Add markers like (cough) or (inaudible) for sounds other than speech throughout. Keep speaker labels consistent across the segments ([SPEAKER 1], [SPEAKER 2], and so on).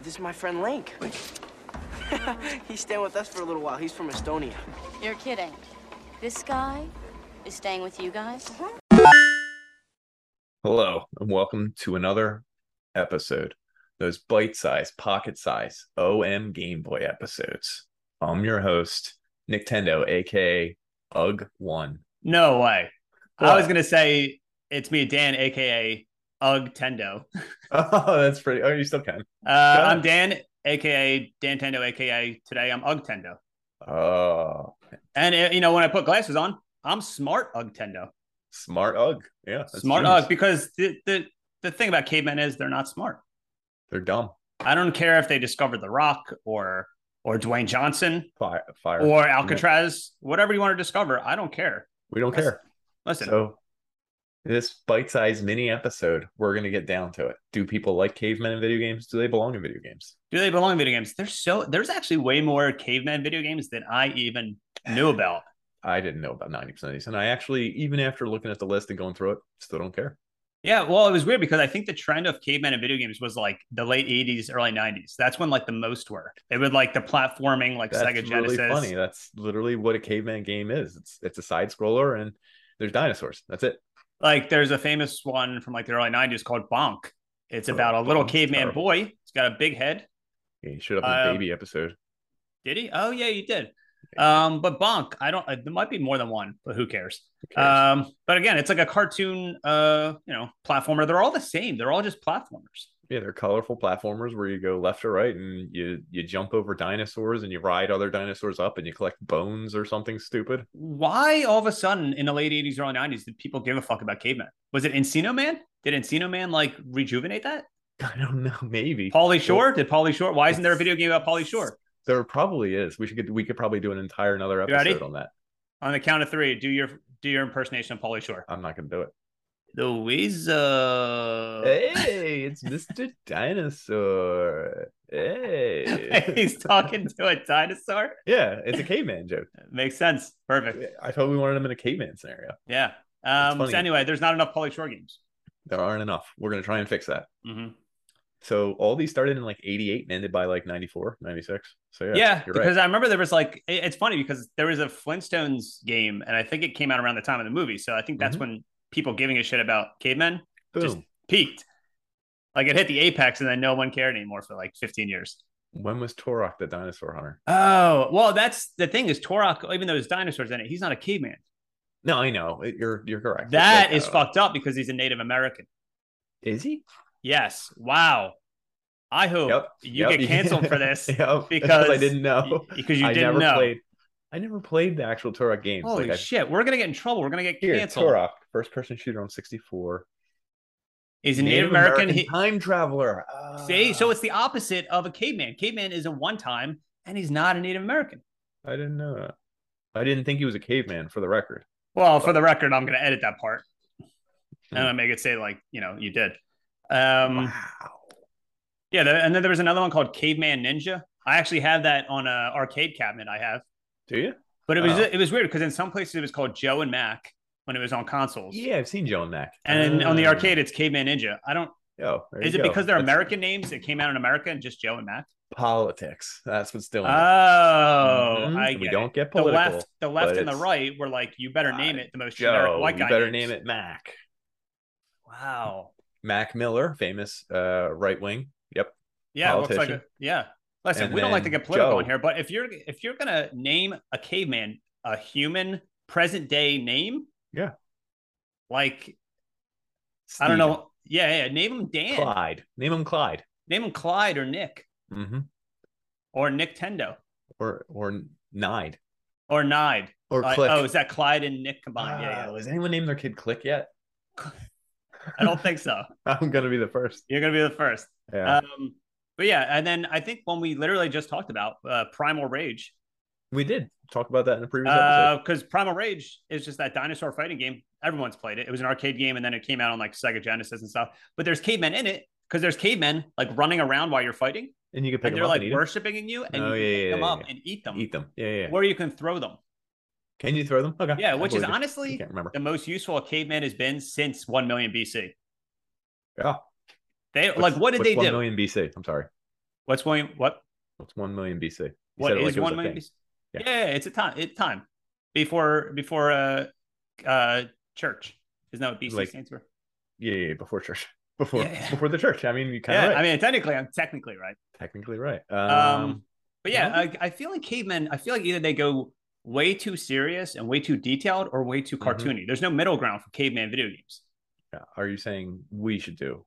[SPEAKER 1] This is my friend Link. (laughs) He's staying with us for a little while. He's from Estonia.
[SPEAKER 2] You're kidding. This guy is staying with you guys?
[SPEAKER 3] Hello, and welcome to another episode. Those bite sized, pocket sized OM Game Boy episodes. I'm your host, Nintendo, aka UG1.
[SPEAKER 4] No way. I
[SPEAKER 3] What?
[SPEAKER 4] was gonna say it's me, Dan, aka Ug Tendo.
[SPEAKER 3] (laughs) Oh, that's pretty. Oh, you still can.
[SPEAKER 4] Uh,
[SPEAKER 3] Yeah.
[SPEAKER 4] I'm Dan, aka Dan Tendo, aka today I'm Ug Tendo.
[SPEAKER 3] Oh,
[SPEAKER 4] And uh, you know, when I put glasses on, I'm smart Ug Tendo,
[SPEAKER 3] smart UG. Yeah, that's
[SPEAKER 4] smart
[SPEAKER 3] genius.
[SPEAKER 4] Ug, because the, the the thing about cavemen is they're not smart.
[SPEAKER 3] They're dumb.
[SPEAKER 4] I don't care if they discovered The Rock or or Dwayne Johnson
[SPEAKER 3] Fire. fire.
[SPEAKER 4] or Alcatraz, whatever you want to discover. I don't care.
[SPEAKER 3] We don't
[SPEAKER 4] That's-
[SPEAKER 3] care.
[SPEAKER 4] Listen,
[SPEAKER 3] So, this bite sized mini episode, we're going to get down to it. Do people like cavemen in video games? Do they belong in video games?
[SPEAKER 4] do they belong in video games? There's so there's actually way more caveman video games than I even knew about.
[SPEAKER 3] I didn't know about 90% of these. And I actually, even after looking at the list and going through it, still don't care.
[SPEAKER 4] Yeah, well, it was weird because I think the trend of cavemen in video games was like the late '80s, early '90s. That's when like the most were. They would like the platforming, like
[SPEAKER 3] That's
[SPEAKER 4] Sega
[SPEAKER 3] really
[SPEAKER 4] Genesis.
[SPEAKER 3] funny. That's literally what a caveman game is. It's it's a side scroller and there's dinosaurs. That's it.
[SPEAKER 4] Like, there's a famous one from like the early '90s called Bonk. It's
[SPEAKER 3] Oh,
[SPEAKER 4] about a little
[SPEAKER 3] Bonk's
[SPEAKER 4] caveman
[SPEAKER 3] terrible.
[SPEAKER 4] boy. He's got a big head.
[SPEAKER 3] Yeah, you should have a
[SPEAKER 4] Um,
[SPEAKER 3] baby episode.
[SPEAKER 4] Did he? Oh yeah, you did. Um, but Bonk, I don't. uh, There might be more than one, but who cares?
[SPEAKER 3] Who cares?
[SPEAKER 4] Um, but again, it's like a cartoon. Uh, you know, platformer. They're all the same. They're all just platformers.
[SPEAKER 3] yeah, they're colorful platformers where you go left or right and you you jump over dinosaurs and you ride other dinosaurs up and you collect bones or something stupid. (laughs)
[SPEAKER 4] why all of a sudden in the late 80s, early 90s did people give a fuck about cavemen? Was it Encino Man? Did Encino Man like rejuvenate that?
[SPEAKER 3] I don't know. Maybe
[SPEAKER 4] Pauly Shore? Did Pauly Shore? Why isn't there a video game about Pauly Shore?
[SPEAKER 3] there probably is. We should get, we could probably do an entire another
[SPEAKER 4] You ready?
[SPEAKER 3] episode on that.
[SPEAKER 4] On the count of three, do your do your impersonation of Pauly Shore.
[SPEAKER 3] I'm not gonna do it.
[SPEAKER 4] The Weasel.
[SPEAKER 3] Hey, it's Mr. Dinosaur. Hey.
[SPEAKER 4] (laughs) He's talking to a dinosaur.
[SPEAKER 3] yeah, it's a caveman joke.
[SPEAKER 4] Makes sense. Perfect.
[SPEAKER 3] I thought we wanted him in a caveman scenario.
[SPEAKER 4] Yeah.
[SPEAKER 3] That's
[SPEAKER 4] Um,
[SPEAKER 3] funny.
[SPEAKER 4] so anyway, there's not enough Pauly Shore games.
[SPEAKER 3] There aren't enough. We're going to try and fix that.
[SPEAKER 4] hmm
[SPEAKER 3] So all these started in like 88 and ended by like 94, 96. So yeah,
[SPEAKER 4] Yeah,
[SPEAKER 3] you're
[SPEAKER 4] because
[SPEAKER 3] right.
[SPEAKER 4] I remember there was like it- it's funny because there was a Flintstones game, and I think it came out around the time of the movie. So I think that's
[SPEAKER 3] Mhm.
[SPEAKER 4] when people giving a shit about cavemen
[SPEAKER 3] Boom.
[SPEAKER 4] just- peaked. Like it hit the apex, and then no one cared anymore for like 15 years.
[SPEAKER 3] When was Torok the dinosaur hunter?
[SPEAKER 4] Oh well, that's the thing is Torok, even though there's dinosaurs in it, he's not a caveman.
[SPEAKER 3] No, I know. It- You're you're correct. It's
[SPEAKER 4] That
[SPEAKER 3] like,
[SPEAKER 4] is
[SPEAKER 3] uh,
[SPEAKER 4] fucked up because he's a Native American.
[SPEAKER 3] Is he?
[SPEAKER 4] Yes. Wow. I hope
[SPEAKER 3] Yep.
[SPEAKER 4] you
[SPEAKER 3] Yep. (laughs)
[SPEAKER 4] get canceled for this (laughs)
[SPEAKER 3] Yep. That's I
[SPEAKER 4] because
[SPEAKER 3] didn't know.
[SPEAKER 4] because you
[SPEAKER 3] I
[SPEAKER 4] didn't
[SPEAKER 3] never
[SPEAKER 4] know.
[SPEAKER 3] played. I never played the actual Torok games.
[SPEAKER 4] Holy
[SPEAKER 3] like I,
[SPEAKER 4] shit, we're gonna get in trouble. We're gonna get
[SPEAKER 3] here,
[SPEAKER 4] canceled.
[SPEAKER 3] Torok, first person shooter on 64.
[SPEAKER 4] He's a Native, American. He-
[SPEAKER 3] time traveler.
[SPEAKER 4] See, so
[SPEAKER 3] Ah,
[SPEAKER 4] it's the opposite of a caveman. Caveman is a one time, and he's not a Native American.
[SPEAKER 3] I didn't know that. I didn't think he was a caveman for the record.
[SPEAKER 4] Well, for the record, I'm going to edit that part.
[SPEAKER 3] Hmm.
[SPEAKER 4] I'm going to make it say like you know you did. Um,
[SPEAKER 3] wow.
[SPEAKER 4] yeah, there, and then there was another one called Caveman Ninja. I actually have that on a arcade cabinet I have,
[SPEAKER 3] Do you?
[SPEAKER 4] but it was
[SPEAKER 3] Oh.
[SPEAKER 4] it was weird because in some places it was called Joe and Mac when it was on consoles,
[SPEAKER 3] Yeah, I've seen Joe and Mac.
[SPEAKER 4] and on the
[SPEAKER 3] Ah.
[SPEAKER 4] arcade it's Caveman Ninja. I don't.
[SPEAKER 3] Yo, there
[SPEAKER 4] Is
[SPEAKER 3] you
[SPEAKER 4] it
[SPEAKER 3] go.
[SPEAKER 4] because they're
[SPEAKER 3] That's
[SPEAKER 4] American names that came out in America and just Joe and Mac?
[SPEAKER 3] Politics. That's what's
[SPEAKER 4] Oh,
[SPEAKER 3] doing. it. Mhm.
[SPEAKER 4] I get
[SPEAKER 3] we
[SPEAKER 4] it.
[SPEAKER 3] don't get
[SPEAKER 4] the
[SPEAKER 3] political.
[SPEAKER 4] left, the left,
[SPEAKER 3] but
[SPEAKER 4] and the
[SPEAKER 3] it's-
[SPEAKER 4] right were like, "You better
[SPEAKER 3] God,
[SPEAKER 4] name it the most generic
[SPEAKER 3] Joe,
[SPEAKER 4] white guy."
[SPEAKER 3] you better
[SPEAKER 4] names.
[SPEAKER 3] name it Mac.
[SPEAKER 4] Wow.
[SPEAKER 3] Mac Miller, famous uh, right wing. Yep.
[SPEAKER 4] Yeah, it looks like a,
[SPEAKER 3] Politician.
[SPEAKER 4] yeah. Listen,
[SPEAKER 3] And
[SPEAKER 4] we don't like to
[SPEAKER 3] then
[SPEAKER 4] get political on
[SPEAKER 3] Joe.
[SPEAKER 4] here, but if you're if you're gonna name a caveman a human present day name,
[SPEAKER 3] Yeah.
[SPEAKER 4] like I don't
[SPEAKER 3] Steven.
[SPEAKER 4] know, yeah, yeah, name him Dan,
[SPEAKER 3] Clyde. Name him Clyde.
[SPEAKER 4] name him Clyde or Nick
[SPEAKER 3] hmm
[SPEAKER 4] or Nick Tendo
[SPEAKER 3] Or or Nide.
[SPEAKER 4] or Nide.
[SPEAKER 3] Or
[SPEAKER 4] Like,
[SPEAKER 3] Click.
[SPEAKER 4] oh, is that Clyde and Nick combined? yeah,
[SPEAKER 3] Oh,
[SPEAKER 4] yeah.
[SPEAKER 3] Has anyone named their kid Click yet?
[SPEAKER 4] I don't think so.
[SPEAKER 3] I'm gonna be the first.
[SPEAKER 4] You're gonna be the first.
[SPEAKER 3] Yeah.
[SPEAKER 4] Um, but yeah, and then I think when we literally just talked about uh, Primal Rage,
[SPEAKER 3] we did talk about that in a previous episode.
[SPEAKER 4] because Uh, Primal Rage is just that dinosaur fighting game. Everyone's played it. It was an arcade game, and then it came out on like Sega Genesis and stuff. But there's cavemen in it because there's cavemen like running around while you're fighting,
[SPEAKER 3] And you can pick
[SPEAKER 4] and
[SPEAKER 3] them
[SPEAKER 4] they're
[SPEAKER 3] up
[SPEAKER 4] like
[SPEAKER 3] and eat
[SPEAKER 4] worshiping you, and
[SPEAKER 3] Oh, yeah,
[SPEAKER 4] you can pick
[SPEAKER 3] yeah,
[SPEAKER 4] them
[SPEAKER 3] yeah,
[SPEAKER 4] up
[SPEAKER 3] yeah.
[SPEAKER 4] and eat them,
[SPEAKER 3] them. Eat them. Yeah, yeah. yeah.
[SPEAKER 4] or you can throw them.
[SPEAKER 3] Can you throw them? Okay.
[SPEAKER 4] Yeah,
[SPEAKER 3] I
[SPEAKER 4] which is
[SPEAKER 3] believe you. I
[SPEAKER 4] honestly
[SPEAKER 3] can't remember.
[SPEAKER 4] the most useful a caveman has been since 1 million BC.
[SPEAKER 3] Yeah.
[SPEAKER 4] They
[SPEAKER 3] What's-
[SPEAKER 4] (laughs) like what did
[SPEAKER 3] what's
[SPEAKER 4] they
[SPEAKER 3] 1
[SPEAKER 4] do?
[SPEAKER 3] million BC. I'm sorry.
[SPEAKER 4] What's William? What?
[SPEAKER 3] What's 1 million BC? You
[SPEAKER 4] What
[SPEAKER 3] said it like
[SPEAKER 4] is
[SPEAKER 3] it was
[SPEAKER 4] one
[SPEAKER 3] a
[SPEAKER 4] million?
[SPEAKER 3] thing.
[SPEAKER 4] BC?
[SPEAKER 3] Yeah.
[SPEAKER 4] Yeah. it's a time. It time before before uh uh church. Isn't that what BC
[SPEAKER 3] Like-
[SPEAKER 4] stands for?
[SPEAKER 3] Yeah, yeah, yeah, before church. (laughs) Before
[SPEAKER 4] Yeah, yeah.
[SPEAKER 3] before the church. I mean, you kind of
[SPEAKER 4] Yeah,
[SPEAKER 3] right.
[SPEAKER 4] I mean technically, I'm technically right.
[SPEAKER 3] technically right.
[SPEAKER 4] Um,
[SPEAKER 3] Um,
[SPEAKER 4] but yeah, I, I feel like cavemen. I feel like either they go way too serious and way too detailed, or way too
[SPEAKER 3] Mhm.
[SPEAKER 4] cartoony. There's no middle ground for caveman video games.
[SPEAKER 3] yeah. are you saying we should do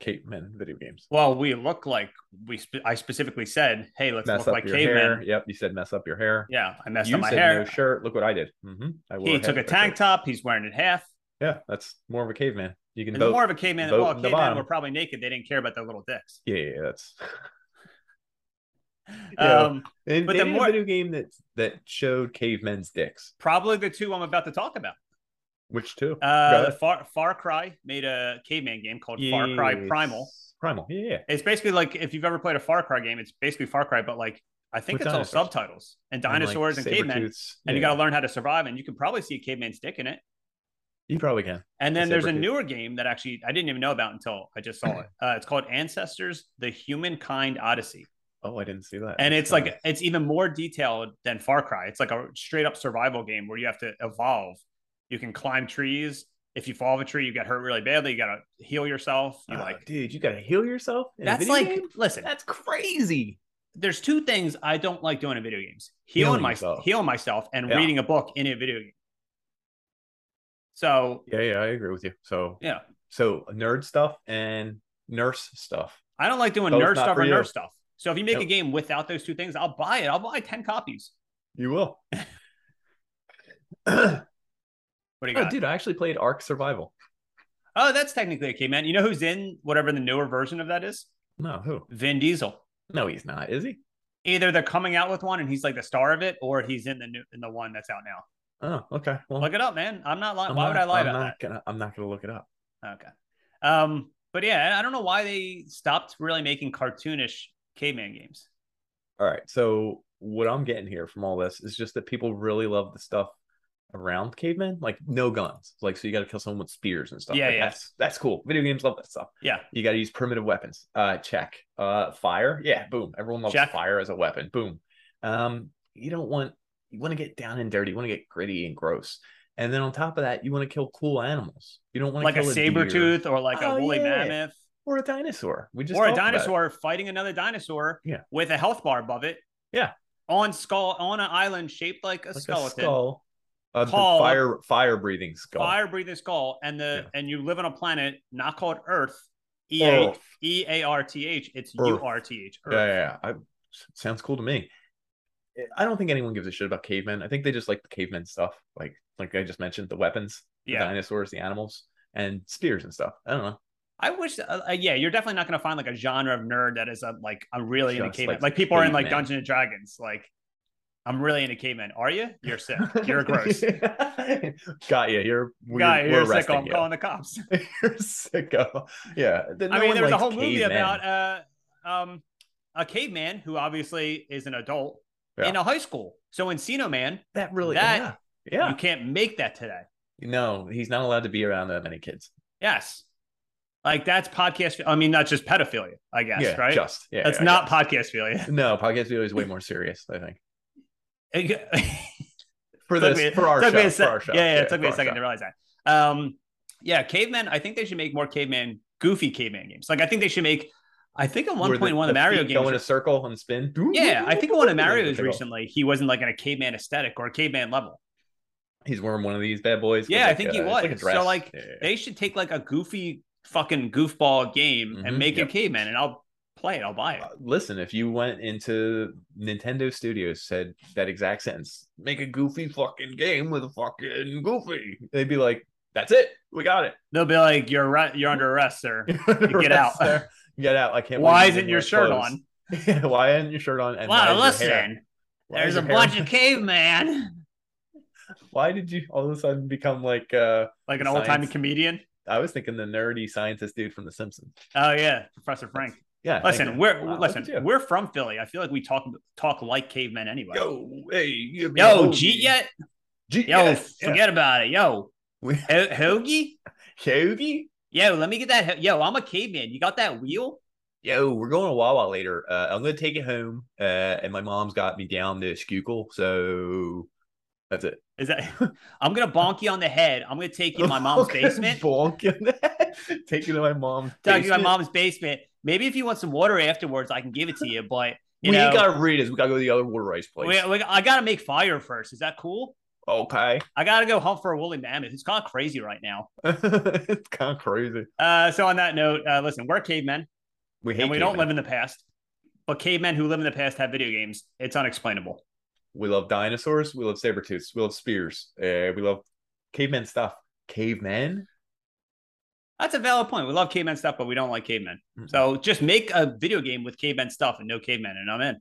[SPEAKER 3] cavemen video games?
[SPEAKER 4] Well, we look like we. Spe- I specifically said, "Hey, let's
[SPEAKER 3] mess
[SPEAKER 4] look
[SPEAKER 3] up
[SPEAKER 4] like
[SPEAKER 3] your
[SPEAKER 4] cavemen."
[SPEAKER 3] hair. Yep, you said mess up your hair.
[SPEAKER 4] Yeah, I messed
[SPEAKER 3] you
[SPEAKER 4] up my
[SPEAKER 3] said
[SPEAKER 4] hair.
[SPEAKER 3] no shirt. Look what I did. hmm I wore
[SPEAKER 4] he took a
[SPEAKER 3] hat.
[SPEAKER 4] tank top. He's wearing it half.
[SPEAKER 3] Yeah, that's more of a caveman. You can
[SPEAKER 4] It's
[SPEAKER 3] vote.
[SPEAKER 4] more of a caveman.
[SPEAKER 3] vote
[SPEAKER 4] Well,
[SPEAKER 3] in the
[SPEAKER 4] cavemen
[SPEAKER 3] bottom.
[SPEAKER 4] were probably naked. They didn't care about their little dicks.
[SPEAKER 3] yeah, yeah, yeah,
[SPEAKER 4] (laughs)
[SPEAKER 3] that's. Yeah.
[SPEAKER 4] Um,
[SPEAKER 3] And
[SPEAKER 4] But
[SPEAKER 3] they
[SPEAKER 4] the
[SPEAKER 3] did
[SPEAKER 4] more-
[SPEAKER 3] a video game that that showed cavemen's dicks.
[SPEAKER 4] probably the two I'm about to talk about.
[SPEAKER 3] Which two?
[SPEAKER 4] Uh,
[SPEAKER 3] Got it.
[SPEAKER 4] Far Far Cry made a caveman game called Far Cry
[SPEAKER 3] Yes.
[SPEAKER 4] Primal.
[SPEAKER 3] Primal. Yeah, yeah.
[SPEAKER 4] It's basically like if you've ever played a Far Cry game, it's basically Far Cry, but like I think
[SPEAKER 3] With
[SPEAKER 4] it's
[SPEAKER 3] dinosaurs.
[SPEAKER 4] all subtitles and dinosaurs and,
[SPEAKER 3] like,
[SPEAKER 4] cavemen,
[SPEAKER 3] saber-tooths.
[SPEAKER 4] and you
[SPEAKER 3] Yeah,
[SPEAKER 4] got to learn how to survive. And you can probably see a caveman's dick in it.
[SPEAKER 3] You probably can.
[SPEAKER 4] And then
[SPEAKER 3] The
[SPEAKER 4] there's a
[SPEAKER 3] saber-tooth.
[SPEAKER 4] newer game that actually I didn't even know about until I just saw it. Uh, it's called Ancestors: The Humankind Odyssey,
[SPEAKER 3] Oh, I didn't see that.
[SPEAKER 4] and
[SPEAKER 3] That's
[SPEAKER 4] it's
[SPEAKER 3] funny.
[SPEAKER 4] like it's even more detailed than Far Cry. It's like a straight up survival game where you have to evolve. You can climb trees. If you fall off a tree, you get hurt really badly. You gotta heal yourself. You
[SPEAKER 3] Oh,
[SPEAKER 4] like
[SPEAKER 3] dude, you gotta heal yourself. in a
[SPEAKER 4] that's
[SPEAKER 3] video
[SPEAKER 4] like
[SPEAKER 3] game?
[SPEAKER 4] listen.
[SPEAKER 3] that's crazy.
[SPEAKER 4] There's two things I don't like doing in video games: healing
[SPEAKER 3] Healing
[SPEAKER 4] myself,
[SPEAKER 3] yourself.
[SPEAKER 4] healing myself, and
[SPEAKER 3] Yeah.
[SPEAKER 4] reading a book in a video game. So
[SPEAKER 3] Yeah, yeah, I agree with you. So,
[SPEAKER 4] yeah,
[SPEAKER 3] so nerd stuff and nurse stuff.
[SPEAKER 4] I don't like doing
[SPEAKER 3] Both
[SPEAKER 4] nerd
[SPEAKER 3] not
[SPEAKER 4] stuff
[SPEAKER 3] for
[SPEAKER 4] or
[SPEAKER 3] you.
[SPEAKER 4] nerd stuff. So if you make a
[SPEAKER 3] Nope.
[SPEAKER 4] game without those two things, I'll buy it. I'll buy 10 copies.
[SPEAKER 3] You
[SPEAKER 4] (laughs)
[SPEAKER 3] will. (coughs) oh,
[SPEAKER 4] What do you got?
[SPEAKER 3] dude, I actually played Ark Survival.
[SPEAKER 4] Oh, that's technically okay, man. You know who's in whatever the newer version of that is?
[SPEAKER 3] No, who?
[SPEAKER 4] Vin Diesel.
[SPEAKER 3] No, he's not. Is he?
[SPEAKER 4] Either they're coming out with one and he's like the star of it, or he's in the new in the one that's out now.
[SPEAKER 3] Oh, okay. Well,
[SPEAKER 4] Look it up, man. I'm not lying.
[SPEAKER 3] I'm
[SPEAKER 4] Why would
[SPEAKER 3] not-
[SPEAKER 4] I lie
[SPEAKER 3] I'm
[SPEAKER 4] about
[SPEAKER 3] not Gonna, I'm not gonna look it up.
[SPEAKER 4] that? Okay. Um, but yeah, I don't know why they stopped really making cartoonish caveman games.
[SPEAKER 3] All right. So what I'm getting here from all this is just that people really love the stuff around cavemen, like no guns. Like so you gotta kill someone with spears and stuff.
[SPEAKER 4] Yeah,
[SPEAKER 3] Like,
[SPEAKER 4] yeah.
[SPEAKER 3] That's that's cool. Video games love that stuff.
[SPEAKER 4] Yeah.
[SPEAKER 3] You gotta use primitive weapons. Uh check. Uh fire. Yeah, boom. Everyone loves
[SPEAKER 4] Check.
[SPEAKER 3] fire as a weapon. Boom. Um, you don't want you want to get down and dirty, you want to get gritty and gross. And then on top of that, you want to kill cool animals. You don't want to
[SPEAKER 4] Like a
[SPEAKER 3] kill
[SPEAKER 4] saber
[SPEAKER 3] deer
[SPEAKER 4] tooth or like
[SPEAKER 3] Oh,
[SPEAKER 4] a woolly
[SPEAKER 3] yeah.
[SPEAKER 4] mammoth.
[SPEAKER 3] or a dinosaur. We just
[SPEAKER 4] or a
[SPEAKER 3] talked about it.
[SPEAKER 4] dinosaur fighting another dinosaur
[SPEAKER 3] Yeah.
[SPEAKER 4] with a health bar above it.
[SPEAKER 3] Yeah.
[SPEAKER 4] On skull on an island shaped like a
[SPEAKER 3] Like
[SPEAKER 4] skeleton.
[SPEAKER 3] A skull. A b-
[SPEAKER 4] Called-
[SPEAKER 3] fire fire breathing skull.
[SPEAKER 4] Fire breathing skull. And the
[SPEAKER 3] Yeah.
[SPEAKER 4] and you live on a planet not called Earth.
[SPEAKER 3] Oh,
[SPEAKER 4] E A
[SPEAKER 3] Earth.
[SPEAKER 4] E A R T H. It's
[SPEAKER 3] Earth.
[SPEAKER 4] U R T H.
[SPEAKER 3] Yeah, yeah, yeah. I, s- sounds cool to me. I don't think anyone gives a shit about cavemen. I think they just like the cavemen stuff, like like I just mentioned, the weapons, the
[SPEAKER 4] Yeah.
[SPEAKER 3] dinosaurs, the animals, and spears and stuff. I don't know.
[SPEAKER 4] I wish uh, uh, yeah, you're definitely not gonna find like a genre of nerd that is a, like I'm really into
[SPEAKER 3] Just
[SPEAKER 4] cavemen.
[SPEAKER 3] like
[SPEAKER 4] Like, people are in like
[SPEAKER 3] cavemen.
[SPEAKER 4] Dungeons and Dragons. Like I'm really into cavemen. Are you?
[SPEAKER 3] (laughs)
[SPEAKER 4] You're sick. (laughs) You're gross.
[SPEAKER 3] Got you. You're weird.
[SPEAKER 4] (laughs) Guy,
[SPEAKER 3] We're
[SPEAKER 4] you're sick.
[SPEAKER 3] arresting
[SPEAKER 4] I'm
[SPEAKER 3] you.
[SPEAKER 4] calling
[SPEAKER 3] (laughs)
[SPEAKER 4] the cops.
[SPEAKER 3] you're sicko. (laughs) Yeah. Th-
[SPEAKER 4] I
[SPEAKER 3] no
[SPEAKER 4] mean,
[SPEAKER 3] one
[SPEAKER 4] there was a
[SPEAKER 3] likes
[SPEAKER 4] whole movie
[SPEAKER 3] cavemen.
[SPEAKER 4] about uh, um, a caveman who obviously is an adult
[SPEAKER 3] Yeah.
[SPEAKER 4] in a high school. So Encino Man,
[SPEAKER 3] that. Really?
[SPEAKER 4] that-
[SPEAKER 3] Yeah.
[SPEAKER 4] you can't make that today.
[SPEAKER 3] yeah. No, he's not allowed to be around that many kids.
[SPEAKER 4] Yes, like that's podcast. I mean, not just pedophilia, I guess.
[SPEAKER 3] yeah.
[SPEAKER 4] right?
[SPEAKER 3] Just. Yeah.
[SPEAKER 4] that's
[SPEAKER 3] yeah,
[SPEAKER 4] not podcast philia.
[SPEAKER 3] No, podcast video is way more serious, I think.
[SPEAKER 4] (laughs)
[SPEAKER 3] For
[SPEAKER 4] Took
[SPEAKER 3] this,
[SPEAKER 4] me-
[SPEAKER 3] for our
[SPEAKER 4] took
[SPEAKER 3] show,
[SPEAKER 4] me a
[SPEAKER 3] for
[SPEAKER 4] sec-
[SPEAKER 3] our show.
[SPEAKER 4] Yeah, yeah, it took me a
[SPEAKER 3] for our
[SPEAKER 4] second to realize that. Um, yeah, cavemen. I think they show. should make more caveman, goofy caveman games. Like I think they should make. I think at
[SPEAKER 3] show.
[SPEAKER 4] one
[SPEAKER 3] Where
[SPEAKER 4] point one of the Mario
[SPEAKER 3] feet
[SPEAKER 4] games
[SPEAKER 3] go in a circle and spin.
[SPEAKER 4] Yeah, I think one of Mario's
[SPEAKER 3] Pickle.
[SPEAKER 4] recently, he wasn't like in a caveman aesthetic or a caveman level.
[SPEAKER 3] He's wearing one of these bad boys. with,
[SPEAKER 4] Yeah, I think he
[SPEAKER 3] uh, it's
[SPEAKER 4] was.
[SPEAKER 3] a dress.
[SPEAKER 4] So, like,
[SPEAKER 3] Yeah, yeah, yeah.
[SPEAKER 4] They should take like a goofy fucking goofball game and
[SPEAKER 3] Mhm,
[SPEAKER 4] make
[SPEAKER 3] yep.
[SPEAKER 4] it caveman, and I'll play it. I'll buy it.
[SPEAKER 3] Uh, listen, if you went into Nintendo Studios, said that exact sentence, make a goofy fucking game with a fucking goofy, they'd be like, "That's it, we got it.
[SPEAKER 4] They'll be like, "You're arre- you're under arrest,
[SPEAKER 3] (laughs)
[SPEAKER 4] sir.
[SPEAKER 3] Rest
[SPEAKER 4] out. (laughs)
[SPEAKER 3] there. Get out! I can't. believe
[SPEAKER 4] Why
[SPEAKER 3] you
[SPEAKER 4] isn't
[SPEAKER 3] didn't
[SPEAKER 4] your
[SPEAKER 3] wear
[SPEAKER 4] shirt
[SPEAKER 3] clothes.
[SPEAKER 4] on?
[SPEAKER 3] Why isn't your shirt on? And why
[SPEAKER 4] Wow,
[SPEAKER 3] is your hair-
[SPEAKER 4] listen,
[SPEAKER 3] why
[SPEAKER 4] there's
[SPEAKER 3] is
[SPEAKER 4] a
[SPEAKER 3] your hair- (laughs)
[SPEAKER 4] bunch of caveman,
[SPEAKER 3] Why did you all of a sudden become like uh
[SPEAKER 4] like an old timey
[SPEAKER 3] Science.
[SPEAKER 4] comedian."
[SPEAKER 3] I was thinking the nerdy scientist dude from The Simpsons.
[SPEAKER 4] Oh yeah, Professor Frank.
[SPEAKER 3] Yeah. thank
[SPEAKER 4] Listen,
[SPEAKER 3] you.
[SPEAKER 4] we're
[SPEAKER 3] Wow, look at you.
[SPEAKER 4] listen, we're from Philly. I feel like we talk talk like cavemen anyway. Yo,
[SPEAKER 3] Yo, hey, you be a
[SPEAKER 4] yo
[SPEAKER 3] hoagie.
[SPEAKER 4] Jeet yet?
[SPEAKER 3] Jeet,
[SPEAKER 4] Yo,
[SPEAKER 3] yes, yeah.
[SPEAKER 4] forget about it. Yo,
[SPEAKER 3] (laughs) We-
[SPEAKER 4] Ho- Hoagie.
[SPEAKER 3] Hoagie?
[SPEAKER 4] Yo, let me get that. Yo, I'm a caveman. You got that wheel?
[SPEAKER 3] Yo, we're going to Wawa later. Uh, I'm going to take it home. Uh, and my mom's got me down to Schuylkill. So that's it.
[SPEAKER 4] Is that? (laughs) I'm gonna bonk you on the head. I'm gonna take you to my
[SPEAKER 3] (laughs)
[SPEAKER 4] mom's
[SPEAKER 3] Okay,
[SPEAKER 4] basement.
[SPEAKER 3] Bonk in the head. (laughs) Take you to my mom's
[SPEAKER 4] Take you to my
[SPEAKER 3] basement.
[SPEAKER 4] mom's basement. Maybe if you want some water afterwards, I can give it to you. But you
[SPEAKER 3] we
[SPEAKER 4] know,
[SPEAKER 3] ain't got to read this. We got to go to the other water ice place.
[SPEAKER 4] we, we- I gotta make fire first. Is that cool?
[SPEAKER 3] Okay. (laughs)
[SPEAKER 4] I gotta go hunt for a woolly mammoth. It's kind of crazy right now.
[SPEAKER 3] it's kind of crazy.
[SPEAKER 4] Uh, so on that note, uh, listen, we're cavemen
[SPEAKER 3] We hate
[SPEAKER 4] and we don't
[SPEAKER 3] cavemen.
[SPEAKER 4] live in the past, but cavemen who live in the past have video games. It's unexplainable.
[SPEAKER 3] We love dinosaurs. We love saber tooths. We love spears. Uh, we love caveman stuff. Cavemen?
[SPEAKER 4] That's a valid point. We love cavemen stuff, but we don't like cavemen.
[SPEAKER 3] Mm-mm.
[SPEAKER 4] So just make a video game with cavemen stuff and no cavemen, and I'm in.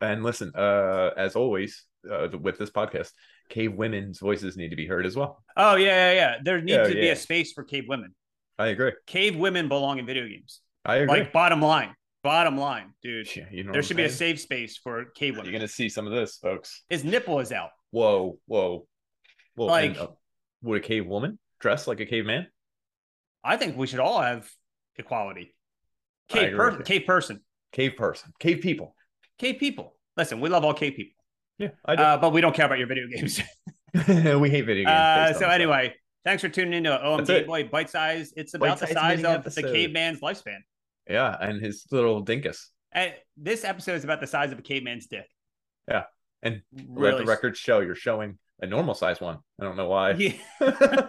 [SPEAKER 3] And listen, uh, as always, uh, with this podcast, cave women's voices need to be heard as well.
[SPEAKER 4] Oh yeah, yeah, yeah. There needs
[SPEAKER 3] Yeah,
[SPEAKER 4] to be
[SPEAKER 3] Oh, yeah.
[SPEAKER 4] a space for cave women.
[SPEAKER 3] I agree.
[SPEAKER 4] Cave women belong in video games.
[SPEAKER 3] I agree.
[SPEAKER 4] Like bottom line, bottom line, dude.
[SPEAKER 3] Yeah, you know
[SPEAKER 4] There
[SPEAKER 3] what
[SPEAKER 4] should
[SPEAKER 3] I'm
[SPEAKER 4] be a
[SPEAKER 3] saying?
[SPEAKER 4] safe space for cave
[SPEAKER 3] You're
[SPEAKER 4] women.
[SPEAKER 3] gonna see some of this, folks.
[SPEAKER 4] His nipple is out.
[SPEAKER 3] Whoa, whoa, whoa! and,
[SPEAKER 4] Like-
[SPEAKER 3] uh, would a cave woman dress like a caveman?
[SPEAKER 4] I think we should all have equality.
[SPEAKER 3] I
[SPEAKER 4] Cave
[SPEAKER 3] agree
[SPEAKER 4] person,
[SPEAKER 3] with
[SPEAKER 4] cave person,
[SPEAKER 3] Cave person, cave people.
[SPEAKER 4] cave people. Listen, we love all cave people,
[SPEAKER 3] Yeah, I do.
[SPEAKER 4] uh, but we don't care about your video (laughs) games.
[SPEAKER 3] (laughs) we hate video games.
[SPEAKER 4] Uh,
[SPEAKER 3] based
[SPEAKER 4] so
[SPEAKER 3] on that.
[SPEAKER 4] anyway, thanks for tuning into OM
[SPEAKER 3] That's
[SPEAKER 4] Game
[SPEAKER 3] it.
[SPEAKER 4] Boy Bite Size. It's about the
[SPEAKER 3] Bite-sized
[SPEAKER 4] size
[SPEAKER 3] mini
[SPEAKER 4] of the
[SPEAKER 3] episode.
[SPEAKER 4] caveman's lifespan.
[SPEAKER 3] yeah, and his little dinkus.
[SPEAKER 4] And this episode is about the size of a caveman's dick.
[SPEAKER 3] Yeah. And Let
[SPEAKER 4] really
[SPEAKER 3] the
[SPEAKER 4] (laughs)
[SPEAKER 3] record show you're showing a normal size one. I don't know why.
[SPEAKER 4] Yeah.
[SPEAKER 3] (laughs)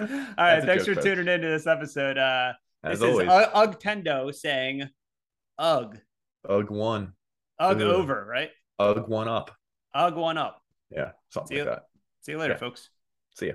[SPEAKER 4] All right,
[SPEAKER 3] That's a
[SPEAKER 4] thanks
[SPEAKER 3] joke,
[SPEAKER 4] for
[SPEAKER 3] folks.
[SPEAKER 4] tuning into this episode. Uh,
[SPEAKER 3] As
[SPEAKER 4] this
[SPEAKER 3] always,
[SPEAKER 4] is U- Ugg Tendo saying, "Ugg,
[SPEAKER 3] Ugg one,
[SPEAKER 4] Ugg
[SPEAKER 3] Ooh.
[SPEAKER 4] over, right?
[SPEAKER 3] Ugg one up.
[SPEAKER 4] Ugg one up."
[SPEAKER 3] Yeah, something
[SPEAKER 4] See
[SPEAKER 3] like
[SPEAKER 4] ya.
[SPEAKER 3] that.
[SPEAKER 4] See you later,
[SPEAKER 3] Yeah.
[SPEAKER 4] folks.
[SPEAKER 3] See ya.